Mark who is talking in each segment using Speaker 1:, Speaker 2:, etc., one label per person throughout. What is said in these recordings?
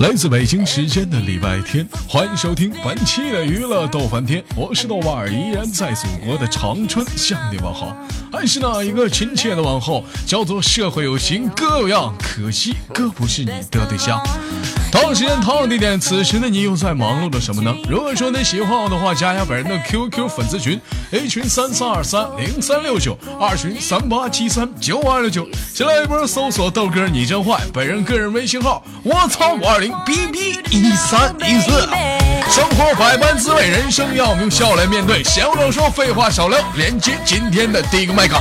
Speaker 1: 来自北京时间的礼拜天，欢迎收听本期的娱乐逗翻天，我是豆瓣儿，依然在祖国的长春向你们好，还是那一个亲切的问候，叫做社会有型哥有样，可惜哥不是你的对象。同样时间，同样地点，此时的你又在忙碌着什么呢？如果说你喜欢我的话，加一下本人的 QQ 粉丝群，A 群三三二三零三六九，二群三八七三九五二六九，新来一波搜索豆哥你真坏，本人个人微信号我操五二零 bb 一三一四。生活百般滋味，人生要我们用笑来面对。闲话少说，废话少聊，连接今天的第一个麦克。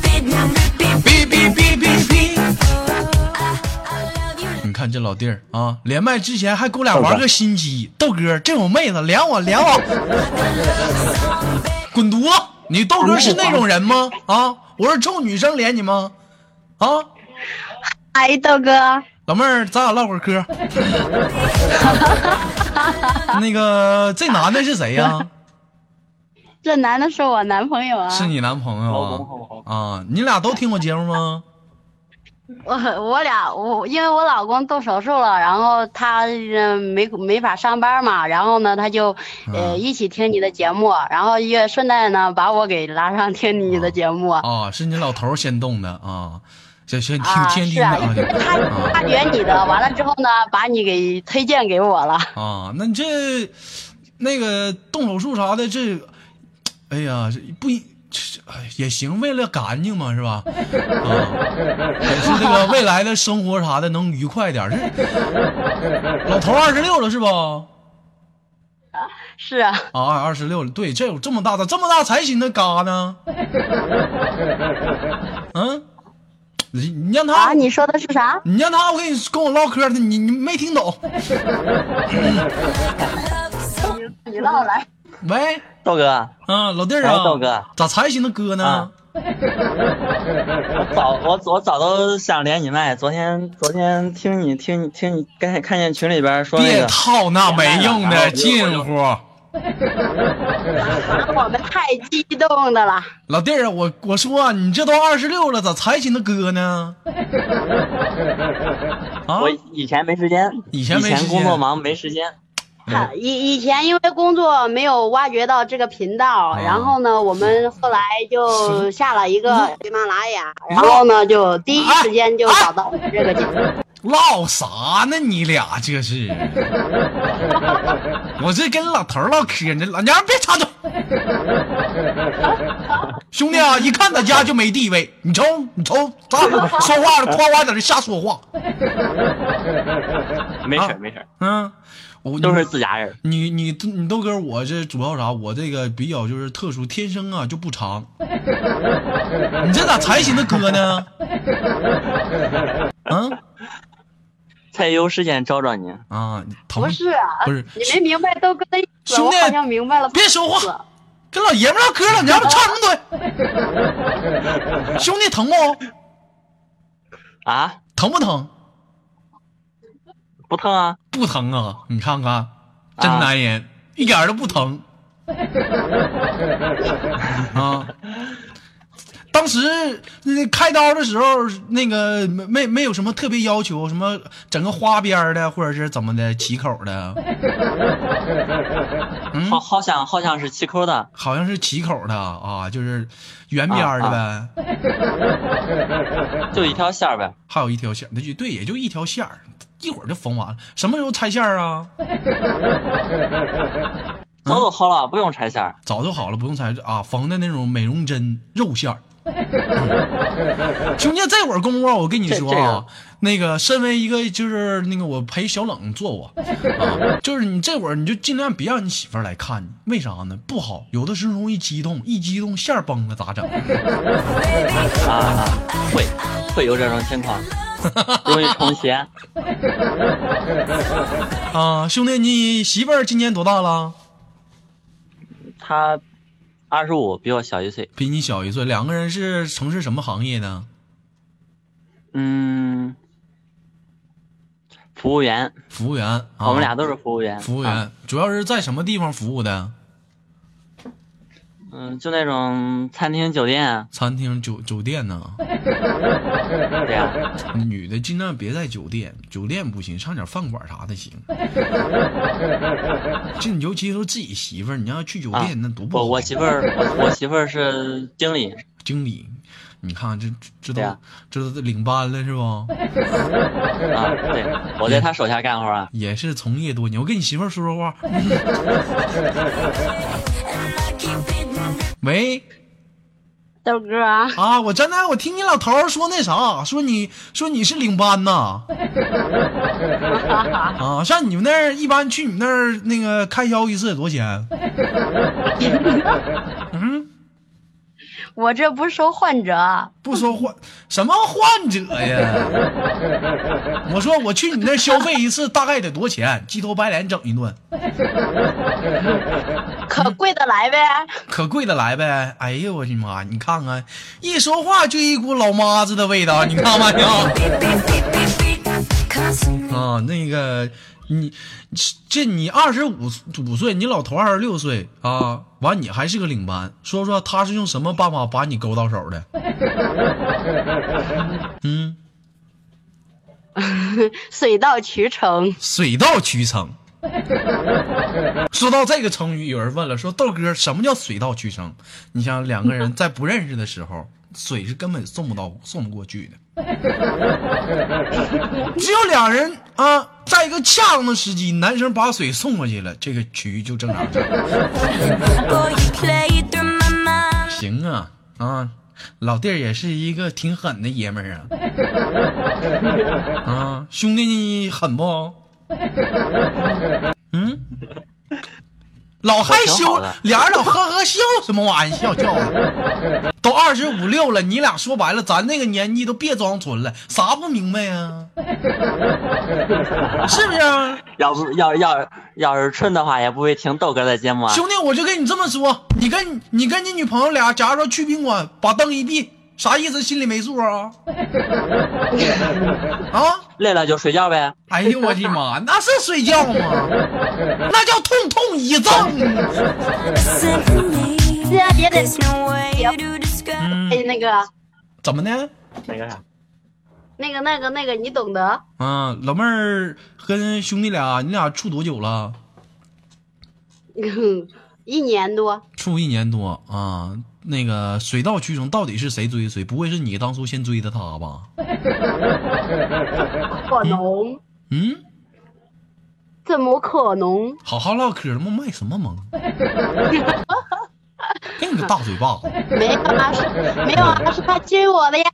Speaker 1: 哔哔哔哔哔。你看这老弟儿啊，连麦之前还给我俩玩个心机，豆哥这种妹子连我连我，滚犊子！你豆哥是那种人吗？啊，我是冲女生连你吗？啊，
Speaker 2: 哎，豆哥，
Speaker 1: 老妹儿，咱俩唠会儿嗑。那个这男的是谁呀、
Speaker 2: 这男的是我男朋友啊，
Speaker 1: 是你男朋友啊？啊，你俩都听我节目吗？
Speaker 2: 我我俩我因为我老公动手术了，然后他呃没没法上班嘛，然后呢他就
Speaker 1: 啊
Speaker 2: 呃一起听你的节目，然后也顺带呢把我给拉上听你的节目。
Speaker 1: 啊，是你老头儿先动的啊，先先听
Speaker 2: 啊，
Speaker 1: 先听
Speaker 2: 是
Speaker 1: 的
Speaker 2: 啊，
Speaker 1: 啊
Speaker 2: 因为他
Speaker 1: 啊
Speaker 2: 他觉你的，完了之后呢，把你给推荐给我了。
Speaker 1: 啊，那你这那个动手术啥的，这，哎呀，这不一，这哎也行，为了干净嘛，是吧？啊，也是这个未来的生活啥的能愉快点儿。这老头二十六了是不？啊，
Speaker 2: 是 啊，
Speaker 1: 二十六了，对，这有这么大的这么大才行的嘎呢？嗯，你你让他
Speaker 2: 啊，你说的是啥？
Speaker 1: 你让他，我跟你跟我唠嗑呢，你你没听懂？
Speaker 2: 你你唠来。
Speaker 1: 喂，
Speaker 3: 豆哥，
Speaker 1: 啊，老弟儿啊，
Speaker 3: 喂哎豆哥
Speaker 1: 咋才行的哥呢？
Speaker 3: 啊我早我我早都想连你麦，昨天昨天听你听你听你刚才看见群里边说那
Speaker 1: 别
Speaker 3: 个，
Speaker 1: 套那没用的近乎。
Speaker 2: 我们太激动的了。
Speaker 1: 老弟儿啊，我我说啊、你这都二十六了，咋才寻思哥呢？啊
Speaker 3: 我，以前没时间，
Speaker 1: 以前没时间
Speaker 3: 工作忙没时间，
Speaker 1: 嗯
Speaker 2: 啊以以前因为工作没有挖掘到这个频道，
Speaker 1: 啊
Speaker 2: 然后呢，我们后来就下了一
Speaker 1: 嗯
Speaker 2: 个喜马拉雅，然后呢，就第一时间就找到这个节
Speaker 1: 啊
Speaker 2: 目。
Speaker 1: 唠啥呢？你俩这 是？我这跟老头儿唠嗑呢，老娘们别插嘴。兄弟啊，一看他家就没地位，你瞅你瞅，咱俩说话了，夸夸在这瞎说话。
Speaker 3: 没事
Speaker 1: 啊
Speaker 3: 儿没事儿，
Speaker 1: 嗯，我
Speaker 3: 都是自家人。
Speaker 1: 你你你豆哥，我这主要啥？我这个比较就是特殊，天生啊就不长。你这咋才寻思哥呢？嗯
Speaker 3: 蔡优事件招招你，
Speaker 1: 啊，你疼
Speaker 2: 不是啊，
Speaker 1: 不是
Speaker 2: 你没明白豆哥的意思，
Speaker 1: 兄
Speaker 2: 我
Speaker 1: 弟
Speaker 2: 好像明白了。
Speaker 1: 别说话，跟老爷们唠嗑了，你要不插什么嘴？兄弟疼不？
Speaker 3: 啊，
Speaker 1: 疼不疼？
Speaker 3: 不疼啊，
Speaker 1: 不疼啊！你看看，真男人、一点儿都不疼。啊！当时那开刀的时候，那个没没没有什么特别要求，什么整个花边儿的，或者是怎么的起口的，嗯
Speaker 3: 好好想好想是气抠的，
Speaker 1: 好像是起口的啊，就是圆边儿的呗，
Speaker 3: 就一条线儿呗。
Speaker 1: 还有一条线儿，那就对，也就一条线儿，一会儿就缝完了。什么时候拆线儿啊？嗯
Speaker 3: 早都好了，不用拆线儿。
Speaker 1: 早就好了，不用裁啊，缝的那种美容针肉馅儿。 兄弟，这会儿功夫啊我跟你说
Speaker 3: 这这
Speaker 1: 啊
Speaker 3: 样，
Speaker 1: 那个身为一个就是那个我陪小冷做我，啊，就是你这会儿你就尽量别让你媳妇儿来看你，为啥呢？不好，有的时候容易激动，一激动线儿崩了咋整？
Speaker 3: 啊啊，会会有这种情 况，容易重邪。
Speaker 1: 啊，兄弟，你媳妇儿今年多大了？
Speaker 3: 他二十五，比我小一岁。
Speaker 1: 比你小一岁，两个人是从事什么行业呢？
Speaker 3: 嗯，服务员，
Speaker 1: 服务员啊，
Speaker 3: 我啊们俩都是服务员。
Speaker 1: 服务员，
Speaker 3: 啊
Speaker 1: 主要是在什么地方服务的？
Speaker 3: 嗯，就那种餐厅、酒店，啊
Speaker 1: 餐厅、酒酒店呢？
Speaker 3: 对呀，
Speaker 1: 女的尽量别在酒店，酒店不行，上点饭馆啥 的行。这你尤其是自己媳妇儿，你要去酒
Speaker 3: 啊
Speaker 1: 店、那多不好
Speaker 3: 我
Speaker 1: 看。
Speaker 3: 我媳妇儿，我我媳妇儿是经理，
Speaker 1: 经理，你看这这都、
Speaker 3: 对啊
Speaker 1: 这都领班了是不？
Speaker 3: 啊，对，我在她手下干活啊，
Speaker 1: 也是从业多年。我跟你媳妇儿说说话。喂
Speaker 2: 豆哥啊，
Speaker 1: 啊，我真的我听你老头儿说那啥，说你说你是领班呐啊，上你们那儿一般去你们那儿那个开销一次得多少钱？嗯，
Speaker 2: 我这不收患者，
Speaker 1: 不说患什么患者 呀？我说我去你那儿消费一次大概得多少钱？鸡头白脸整一顿。
Speaker 2: 可贵得来呗。
Speaker 1: 可贵的来呗！哎呦我的妈！你看看，一说话就一股老妈子的味道，你看吧你啊！ 啊，那个你这你二十五五岁，你老头二十六岁啊，完你还是个领班，说说他是用什么办法把你勾到手的？嗯，
Speaker 2: 水到渠成，
Speaker 1: 水到渠成。说到这个成语，有人问了，说豆哥，什么叫水到渠成？你想两个人在不认识的时候，水是根本送不到、送不过去的。只有两人啊，在一个恰当的时机，男生把水送过去了，这个局就正常了。行啊啊，老弟儿也是一个挺狠的爷们儿 啊啊，兄弟你狠不？嗯，老害
Speaker 3: 挺好
Speaker 1: 羞
Speaker 3: 的，
Speaker 1: 俩人老呵呵笑什么玩意儿？笑笑的，都二十五六了，你俩说白了，咱那个年纪都别装纯了，啥不明白呀、是不是啊？
Speaker 3: 要不要要要是春的话，也不会听豆哥的节目啊。
Speaker 1: 兄弟，我就跟你这么说，你跟你跟你女朋友俩，假如说去宾馆，把灯一闭，啥意思？心里没数啊？ 啊？
Speaker 3: 累了就睡觉呗。
Speaker 1: 哎呦我的妈，那是睡觉吗？那叫痛痛啊一阵。
Speaker 2: 哎，
Speaker 1: 嗯，
Speaker 2: 那个，
Speaker 1: 怎么的？
Speaker 3: 那个啥，
Speaker 2: 那个，那个，那个，你懂得。
Speaker 1: 啊，老妹儿跟兄弟俩，你俩处多久了？
Speaker 2: 嗯，一年多，
Speaker 1: 处一年多啊。那个水到渠成，到底是谁追谁？不会是你当初先追的他吧？
Speaker 2: 可能？
Speaker 1: 嗯，
Speaker 2: 怎么可能？
Speaker 1: 好好唠嗑，他妈卖什么萌？给你个大嘴巴子！
Speaker 2: 没有啊，是没有啊，是他追我的呀。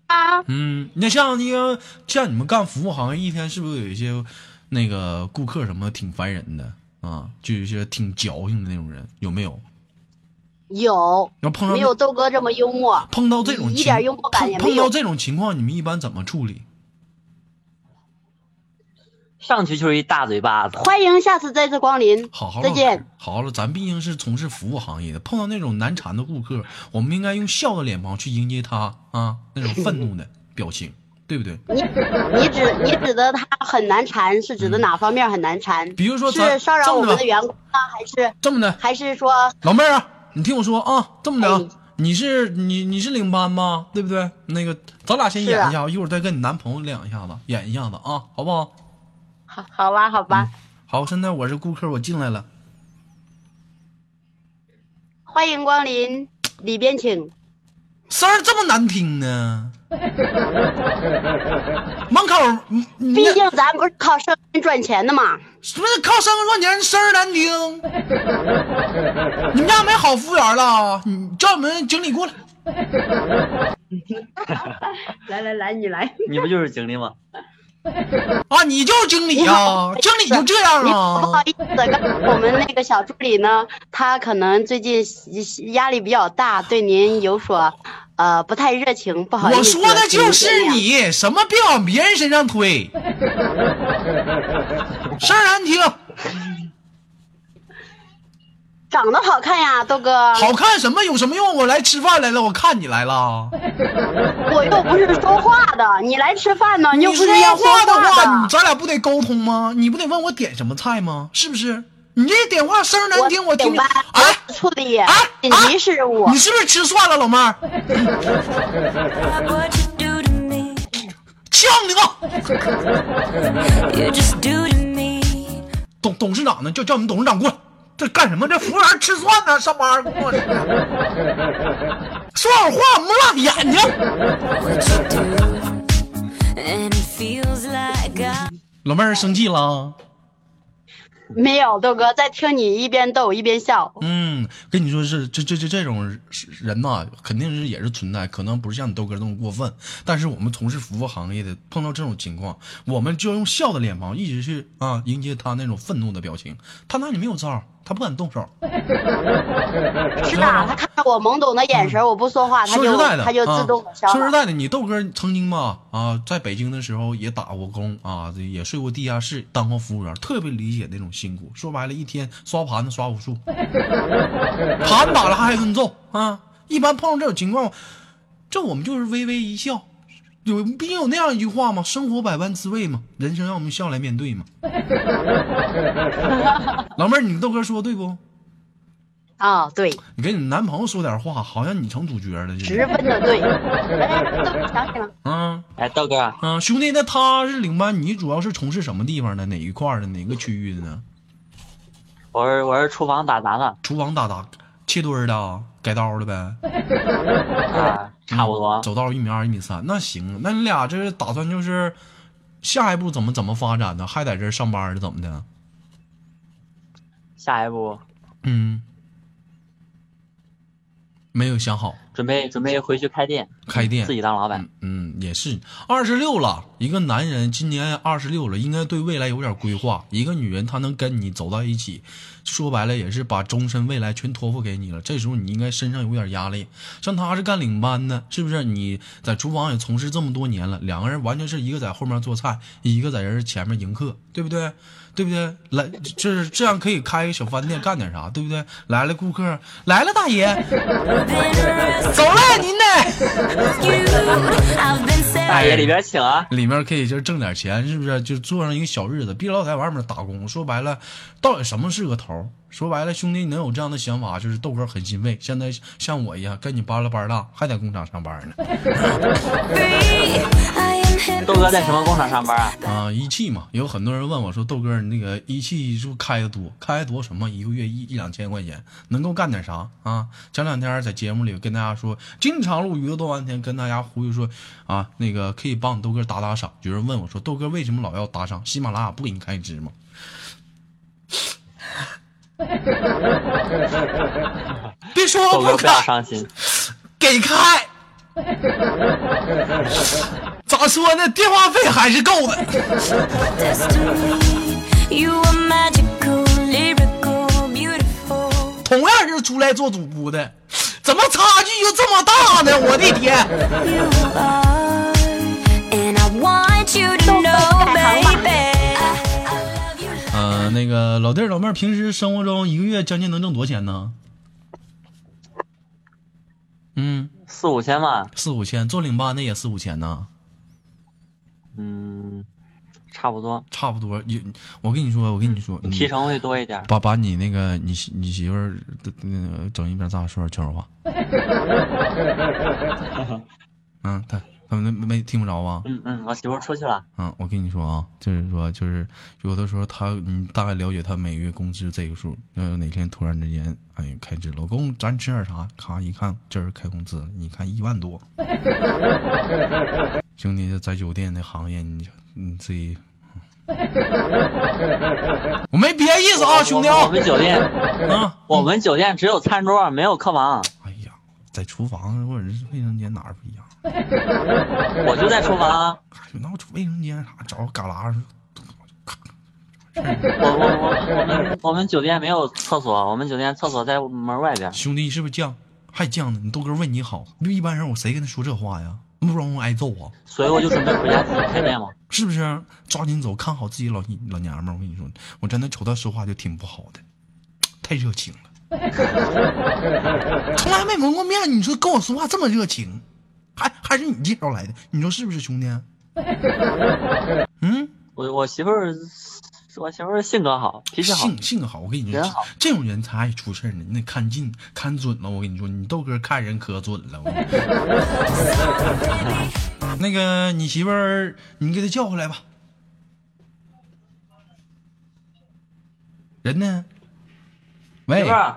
Speaker 1: 嗯，那像那个像你们干服务行业，一天是不是有一些那个顾客什么挺烦人的啊？就有一些挺矫情的那种人，有没有？
Speaker 2: 有，
Speaker 1: 要碰上
Speaker 2: 没有豆哥这么幽默。
Speaker 1: 碰到这种情
Speaker 2: 一点幽默感也
Speaker 1: 碰
Speaker 2: 没
Speaker 1: 碰
Speaker 2: 有
Speaker 1: 到这种情况，你们一般怎么处理？
Speaker 3: 上去就是一大嘴巴子。
Speaker 2: 欢迎下次再次光临。
Speaker 1: 好好
Speaker 2: 再
Speaker 1: 唠
Speaker 2: 见
Speaker 1: 嗑。好了，咱毕竟是从事服务行业的，碰到那种难缠的顾客，我们应该用笑的脸庞去迎接他啊，那种愤怒的表情，对不对？
Speaker 2: 你你指你指的他很难缠，是指的哪方面很难缠？
Speaker 1: 比如说咱
Speaker 2: 是骚扰
Speaker 1: 这
Speaker 2: 我
Speaker 1: 么
Speaker 2: 们
Speaker 1: 的
Speaker 2: 的员工呢，还是
Speaker 1: 这么的，
Speaker 2: 还是说
Speaker 1: 老妹儿啊，你听我说啊，这么的啊
Speaker 2: 哎，
Speaker 1: 你是你你是领班吗？对不对？那个，咱俩先
Speaker 2: 是
Speaker 1: 演
Speaker 2: 啊
Speaker 1: 一下，一会儿再跟你男朋友亮一下子，演一下子啊，好不好？
Speaker 2: 好好吧好吧？
Speaker 1: 好，现在我是顾客，我进来了。嗯
Speaker 2: 欢迎光临，里边请。
Speaker 1: 声儿这么难听 呢？门口儿，嗯
Speaker 2: 毕
Speaker 1: 你那
Speaker 2: 竟咱不是靠声音赚钱的嘛。
Speaker 1: 不是靠声赚钱，声儿难听。你们家没好服务员了？啊你叫你们经理过来。
Speaker 2: 来来来，你来。
Speaker 3: 你不就是经理吗？
Speaker 1: 啊，你就是经理啊？经理就这样
Speaker 2: 你不好
Speaker 1: 啊？
Speaker 2: 意思，刚才我们那个小助理呢，他可能最近压力比较大，对您有所呃不太热情，不好意思。
Speaker 1: 我说的啊就
Speaker 2: 请
Speaker 1: 是
Speaker 2: 见谅。
Speaker 1: 你，什么别往别人身上推， 声儿难听，
Speaker 2: 长得好看呀，豆哥。
Speaker 1: 好看什么有什么用？我来吃饭来了，我看你来了。
Speaker 2: 我又不是说话的，你来吃饭呢，又
Speaker 1: 你
Speaker 2: 不是
Speaker 1: 说
Speaker 2: 要
Speaker 1: 话
Speaker 2: 话
Speaker 1: 的话，你
Speaker 2: 的。
Speaker 1: 咱俩不得沟通吗？你不得问我点什么菜吗？是不是？你这电话声儿难听，我听
Speaker 2: 顶
Speaker 1: 你。
Speaker 2: 班
Speaker 1: 哎，
Speaker 2: 处理
Speaker 1: 啊
Speaker 2: 紧
Speaker 1: 啊
Speaker 2: 急事务
Speaker 1: 你，是不是吃蒜了，老妹儿？
Speaker 4: What you do to me,
Speaker 1: 呛你个！
Speaker 4: you just do to me.
Speaker 1: 董董事长呢？叫叫你们董事长过来。这干什么？这服务员吃蒜呢？上班儿跟 我说好话，抹辣眼睛。
Speaker 4: What you do, and it feels like I
Speaker 1: 老妹儿生气了？啊
Speaker 2: 没有豆哥在听你一边逗一边笑，
Speaker 1: 嗯，跟你说是这这这这种人呐、肯定是也是存在，可能不是像你豆哥那么过分，但是我们从事服务行业的，碰到这种情况，我们就要用笑的脸庞一直去啊迎接他那种愤怒的表情。他拿你没有招儿，他不敢动手。
Speaker 2: 是的，他看到我懵懂的眼神，我不说啊话，他
Speaker 1: 说实
Speaker 2: 就
Speaker 1: 在的，
Speaker 2: 他就自动
Speaker 1: 啊
Speaker 2: 的消
Speaker 1: 说实
Speaker 2: 了。
Speaker 1: 在的，你豆哥曾经吧啊，在北京的时候也打过工啊，这也睡过地下室，当过服务员，特别理解那种辛苦。说白了，一天刷盘子刷无 数，盘子打了还挨顿揍啊。一般碰到这种情况，这我们就是微微一笑。有，毕竟有那样一句话嘛，生活百般滋味嘛，人生让我们笑来面对 嘛。老妹儿，你豆哥说对不？
Speaker 2: 啊、对，
Speaker 1: 你跟你男朋友说点话，好像你成主角了似
Speaker 2: 十
Speaker 1: 的。
Speaker 2: 分的 对。哎，豆哥想起了，
Speaker 1: 啊，
Speaker 3: 哎，豆哥，
Speaker 1: 啊，兄弟，那他是领班，你主要是从事什么地方的？哪一块儿的？哪个区域的呢？
Speaker 3: 我是我是厨房打杂的
Speaker 1: 厨房打打切墩儿的，啊改刀的呗，嗯
Speaker 3: 啊，差不多。
Speaker 1: 走道一米二、一米三，那行，那你俩这是打算就是下一步怎么怎么发展呢？还在这儿上班呢？怎么的？
Speaker 3: 下一步
Speaker 1: 嗯，没有想好
Speaker 3: 准备准备回去开店，
Speaker 1: 开店
Speaker 3: 自己当老板。
Speaker 1: 嗯，也是，二十六了，一个男人今年二十六了，应该对未来有点规划。一个女人她能跟你走到一起，说白了也是把终身未来全托付给你了。这时候你应该身上有点压力，像她是干领班的，是不是？你在厨房也从事这么多年了，两个人完全是一个在后面做菜，一个在人前面迎客，对不对？对不对？来，这这样可以开个小饭店，干点啥，对不对？来了顾客，来了大爷，
Speaker 4: been arrested
Speaker 1: 走了您呢。
Speaker 4: I've been
Speaker 3: 大
Speaker 4: saved.
Speaker 3: 爷里边请啊！
Speaker 1: 里面可以就是挣点钱，是不是？就做上一个小日子，别老在外面打工。说白了，到底什么是个头儿？说白了，兄弟，你能有这样的想法，就是豆哥很欣慰。现在像我一样，跟你巴拉巴拉，还在工厂上班呢，
Speaker 4: I am happy.
Speaker 3: 豆哥在什么工厂上班啊？
Speaker 1: 啊，一汽嘛，有很多人问我说，豆哥，你那个一汽是不是开的多？开的多什么？一个月一一两千块钱，能够干点啥啊？前两天在节目里跟大家说，经常录娱乐多半天，跟大家呼吁说啊，那个可以帮你豆哥打打赏。有人问我说，豆哥为什么老要打赏？喜马拉雅不给你开支吗？ 别说
Speaker 3: 豆
Speaker 1: 我
Speaker 3: 哥
Speaker 1: 不
Speaker 3: 不要
Speaker 1: 开，
Speaker 3: 伤心，
Speaker 1: 给开。 咋说呢？电话费还是够的。
Speaker 4: Destiny, you are magical, lyrical, beautiful.
Speaker 1: 同样是出来做主播的，怎么差距就这么大呢？我的天！
Speaker 4: You are, and I want you to
Speaker 2: Don't
Speaker 4: know,
Speaker 2: go back, Mama.
Speaker 4: baby. I, I love you.
Speaker 1: 呃，那个老弟儿老妹儿，平时生活中一个月将近能挣多少钱呢？嗯，
Speaker 3: 四五千万，
Speaker 1: 四五千，做领班的也四五千呢，
Speaker 3: 嗯，差不多，
Speaker 1: 差不多。有，我跟你说，我跟你说，你
Speaker 3: 嗯提成会多一点。
Speaker 1: 把把你那个你媳你媳妇儿的那个整一边咋说点悄悄话？嗯，他他们没没听不着啊吧？
Speaker 3: 嗯嗯，我媳妇儿出去了，
Speaker 1: 啊，我跟你说啊，就是说，就是有的时候他，你大概了解他每月工资这个数，要哪天突然之间，哎，开支，老公，咱吃点啥？咔一看，今儿开工资，你看一万多。兄弟，在酒店那行业，你你自己，我没别的意思啊，兄弟
Speaker 3: 我
Speaker 1: 啊，
Speaker 3: 们酒店，
Speaker 1: 啊，
Speaker 3: 我们酒店只有餐桌，没有客房，
Speaker 1: 哎呀，在厨房或者是卫生间哪儿不一样？
Speaker 3: 我就在厨房。
Speaker 1: 哎那我卫生间啥找旮旯，咔
Speaker 3: 我我我我们我们酒店没有厕所，我们酒店厕所在门外边。
Speaker 1: 兄弟是不是犟？还犟呢？你豆哥问你好，就一般人我谁跟他说这话呀？那不容易挨揍啊？
Speaker 3: 所以我就准备回家自己开店嘛。
Speaker 1: 是不是？抓紧走，看好自己老老娘们儿。我跟你说，我真的瞅她说话就挺不好的，太热情了， 从来没蒙过面。你说跟我说话这么热情，还还是你介绍来的？你说是不是，兄弟？嗯，
Speaker 3: 我我媳妇儿我媳妇儿性格好，脾气好，
Speaker 1: 性性格好，我跟你说
Speaker 3: 人好，
Speaker 1: 这种人才爱出事儿呢。你得看近看准了，我跟你说，你豆哥看人可准了。我跟你说 那个你媳妇儿，你给她叫回来吧。人呢？
Speaker 3: 媳
Speaker 1: 喂
Speaker 3: 妇儿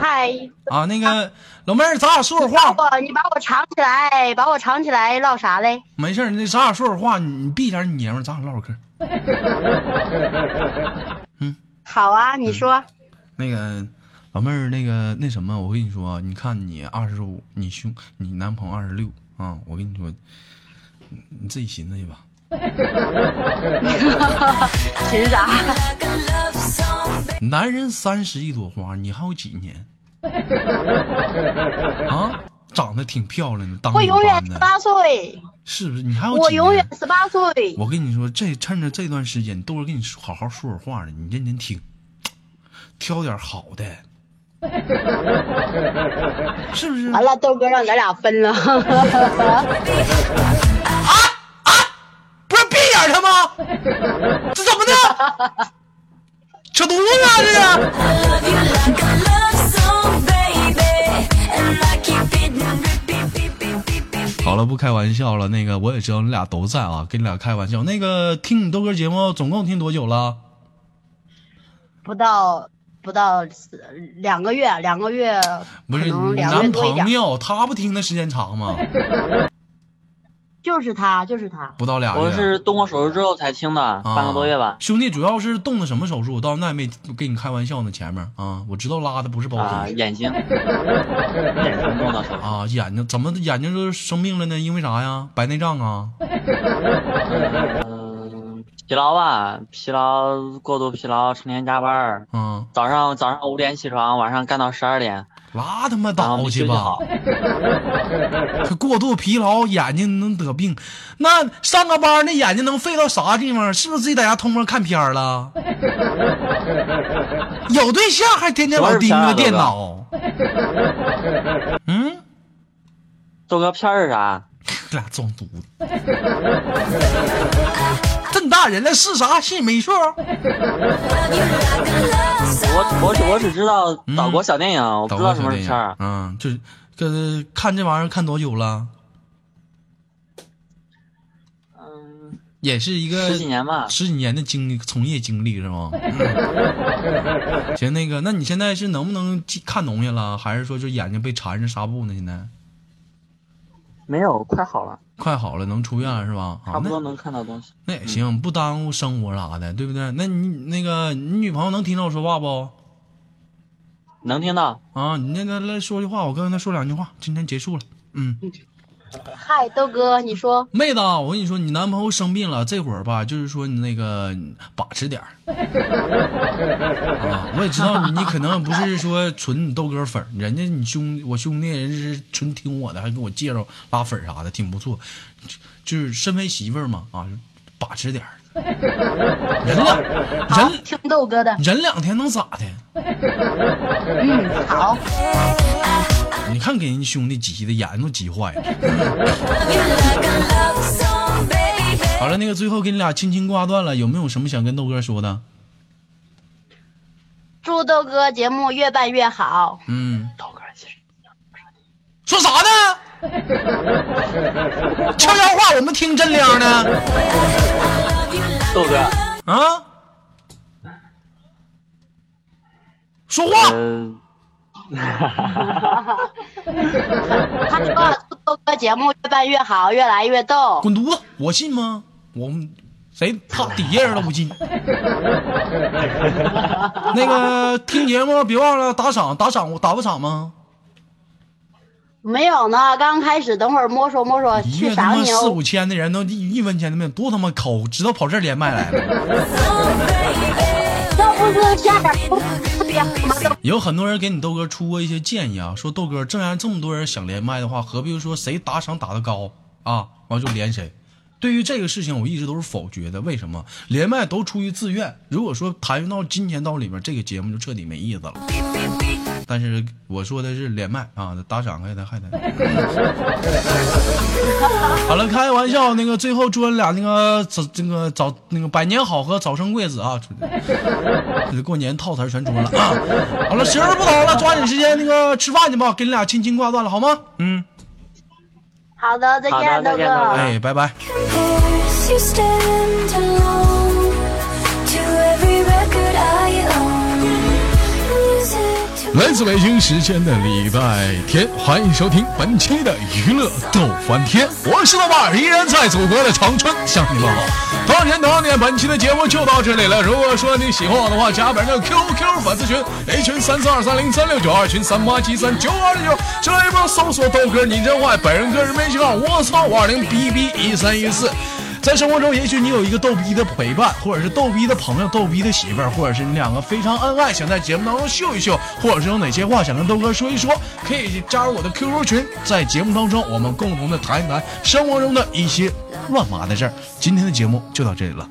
Speaker 2: 嗨，
Speaker 1: 啊，那个老妹儿，咱俩说会儿话。
Speaker 2: 我你把我藏起来，把我藏起来，唠啥嘞？
Speaker 1: 没事儿，那咱俩说会儿话，你你闭点儿你爷们儿，咱俩唠会儿嗑。
Speaker 2: 好啊，你说。
Speaker 1: 嗯那个老妹儿，那个那什么，我跟你说啊，你看你二十五，你兄你男朋友二十六啊，我跟你说，你你自己寻思去吧。
Speaker 2: 寻啥？
Speaker 4: like a love song, baby.
Speaker 1: 男人三十一朵花，你还有几年？啊，长得挺漂亮的，当
Speaker 2: 我
Speaker 1: 女
Speaker 2: 永远
Speaker 1: 班
Speaker 2: 十
Speaker 1: 的，
Speaker 2: 八岁，
Speaker 1: 是不是？你还有
Speaker 2: 我
Speaker 1: 几
Speaker 2: 永远
Speaker 1: 年？
Speaker 2: 十八岁。
Speaker 1: 我跟你说，这趁着这段时间，豆儿跟你说好好说会儿话呢，你认真听，挑点好的， 是不是？
Speaker 2: 完了，豆哥让咱俩分了。
Speaker 1: 不是闭眼儿他吗？ 这怎么的？扯犊子啊！这是
Speaker 4: I love you like a love song, baby. And I keep it repeat, beep, beep, beep, beep, beep.
Speaker 1: 好了，不开玩笑了。那个我也知道你俩都在啊，跟你俩开玩笑。那个听你豆哥节目总共听多久了？
Speaker 2: 不到不到四两个月，两个月
Speaker 1: 不是
Speaker 2: 可能
Speaker 1: 你
Speaker 2: 两个月
Speaker 1: 男
Speaker 2: 多一
Speaker 1: 朋
Speaker 2: 点。
Speaker 1: 友，他不听的时间长吗？
Speaker 2: 就是他，就是他。
Speaker 1: 不到俩
Speaker 3: 我
Speaker 1: 月。
Speaker 3: 是动过手术之后才听的，
Speaker 1: 哎啊
Speaker 3: 半个多月吧。
Speaker 1: 兄弟，主要是动的什么手术？我到现在没跟你开玩笑呢。前面啊，我知道拉的不是保
Speaker 3: 啊，
Speaker 1: 险
Speaker 3: 眼睛，眼睛动的手术，
Speaker 1: 啊，眼睛怎么眼睛就生病了呢？因为啥呀？白内障啊？
Speaker 3: 嗯，疲劳吧，疲劳过度疲劳，成天加班儿，
Speaker 1: 啊，
Speaker 3: 早上早上五点起床，晚上干到十二点，
Speaker 1: 拉他妈
Speaker 3: 然
Speaker 1: 倒
Speaker 3: 后没
Speaker 1: 去
Speaker 3: 啊休息
Speaker 1: 吧
Speaker 3: 好！。
Speaker 1: 可过度疲劳，眼睛能得病。那上个班儿那眼睛能废到啥地方？是不是自己在家偷摸看片儿了？ 有对象还天天老盯着电脑？嗯，
Speaker 3: 豆哥片儿是啊啥？
Speaker 1: 这俩装犊子！这么大人了，是啥是没啊错儿。
Speaker 4: Love you like a love song.
Speaker 3: 我我只我只知道岛国小电影，我不知道什么是片儿。啊
Speaker 1: 嗯，就是这看这玩意儿看多久了？
Speaker 3: 嗯，
Speaker 1: 也是一个
Speaker 3: 十几年吧。
Speaker 1: 十几年的经历，从业经历是吗？嗯 行，那个，那你现在是能不能记看东西了，还是说就眼睛被缠上纱布呢？现在
Speaker 3: 没有，快好了，
Speaker 1: 快好了，能出院了是吧？
Speaker 3: 差
Speaker 1: 啊，
Speaker 3: 不多
Speaker 1: 那
Speaker 3: 能嗯看到东西。
Speaker 1: 那也行，不耽误生活啥的，对不对？那你那个你女朋友能听到我说话不？
Speaker 3: 能听到。
Speaker 1: 啊，你那个来说句话，我跟她说两句话，今天结束了。嗯，
Speaker 2: 嗨，豆哥，你说
Speaker 1: 妹子啊，我跟你说，你男朋友生病了，这会儿吧，就是说你那个把持点儿。啊，我也知道你可能不是说纯你豆哥粉儿，人家你兄我兄弟人是纯听我的，还给我介绍拉粉儿啥的，挺不错。就就是身为媳妇儿嘛，啊，把持点儿。人两
Speaker 2: 好
Speaker 1: 人，
Speaker 2: 听豆哥的。
Speaker 1: 人两天能咋的？
Speaker 2: 嗯，好。
Speaker 1: 你看给人家兄弟急的眼睛都急坏了。
Speaker 4: Love you like a love song, baby.
Speaker 1: 好了，那个最后给你俩轻轻挂断了，有没有什么想跟豆哥说的？
Speaker 2: 祝豆哥节目越办越好。
Speaker 1: 嗯。
Speaker 3: 豆哥其实
Speaker 1: 说啥呢？悄悄话我们听真亮呢
Speaker 3: 豆哥，
Speaker 1: 啊！说话，
Speaker 3: 嗯，
Speaker 2: 他说祝豆哥节目越办越好，越来越逗。
Speaker 1: 滚犊子！我信吗？我们谁他底下人都不信。那个听节目别忘了打赏，打赏我打不赏吗？
Speaker 2: 没有呢，刚开始，等会儿摸索摸索
Speaker 1: 一
Speaker 2: 去
Speaker 1: 月他
Speaker 2: 赏
Speaker 1: 妈
Speaker 2: 你
Speaker 1: 四
Speaker 2: 哦。
Speaker 1: 五千的人都一一分钱都没有，多他妈抠，知道跑这儿连麦来了。
Speaker 2: 这不是下点儿不特别吗？豆
Speaker 1: 有很多人给你豆哥出过一些建议啊，说豆哥，正然这么多人想连麦的话，何必说谁打赏打得高啊，完就连谁？
Speaker 5: 对于这个事情，我一直都是否决的。为什么？连麦都出于自愿。如果说谈论到金钱道里面，这个节目就彻底没意思了。但是我说的是连麦啊，打赏还得还得。好了，开玩笑，那个最后祝俺俩那个早这个早那个百年好合，早生贵子啊！这过年套词儿全出了 啊！好了，时间不早了，抓紧时间那个吃饭去吧，给你俩亲亲挂断了好吗？嗯，
Speaker 2: 好的，再
Speaker 3: 好的
Speaker 2: 见，
Speaker 3: 再
Speaker 2: 豆
Speaker 3: 见豆哥
Speaker 2: 哥。
Speaker 5: 哎，拜拜。
Speaker 4: Compares you stand alone to every record I own. Music to
Speaker 1: 来自北京时间的礼拜天，欢迎收听本期的娱乐逗翻天，我是豆瓣儿，依然在祖国的长春向你问好。同样时间同样地点，本期的节目就到这里了。如果说你喜欢我的话，加本人的 QQ 粉丝群，A 群三四二三零三六九，二群三八七三九二六九，这一波搜索豆哥你真坏，本人个人微信号我操五二零 bb 一三一四。在生活中，也许你有一个逗逼的陪伴，或者是逗逼的朋友、逗逼的媳妇儿，或者是你两个非常恩爱，想在节目当中秀一秀，或者是有哪些话想跟豆哥说一说，可以加入我的 QQ 群，在节目当中我们共同的谈一谈生活中的一些乱麻的事儿。今天的节目就到这里了，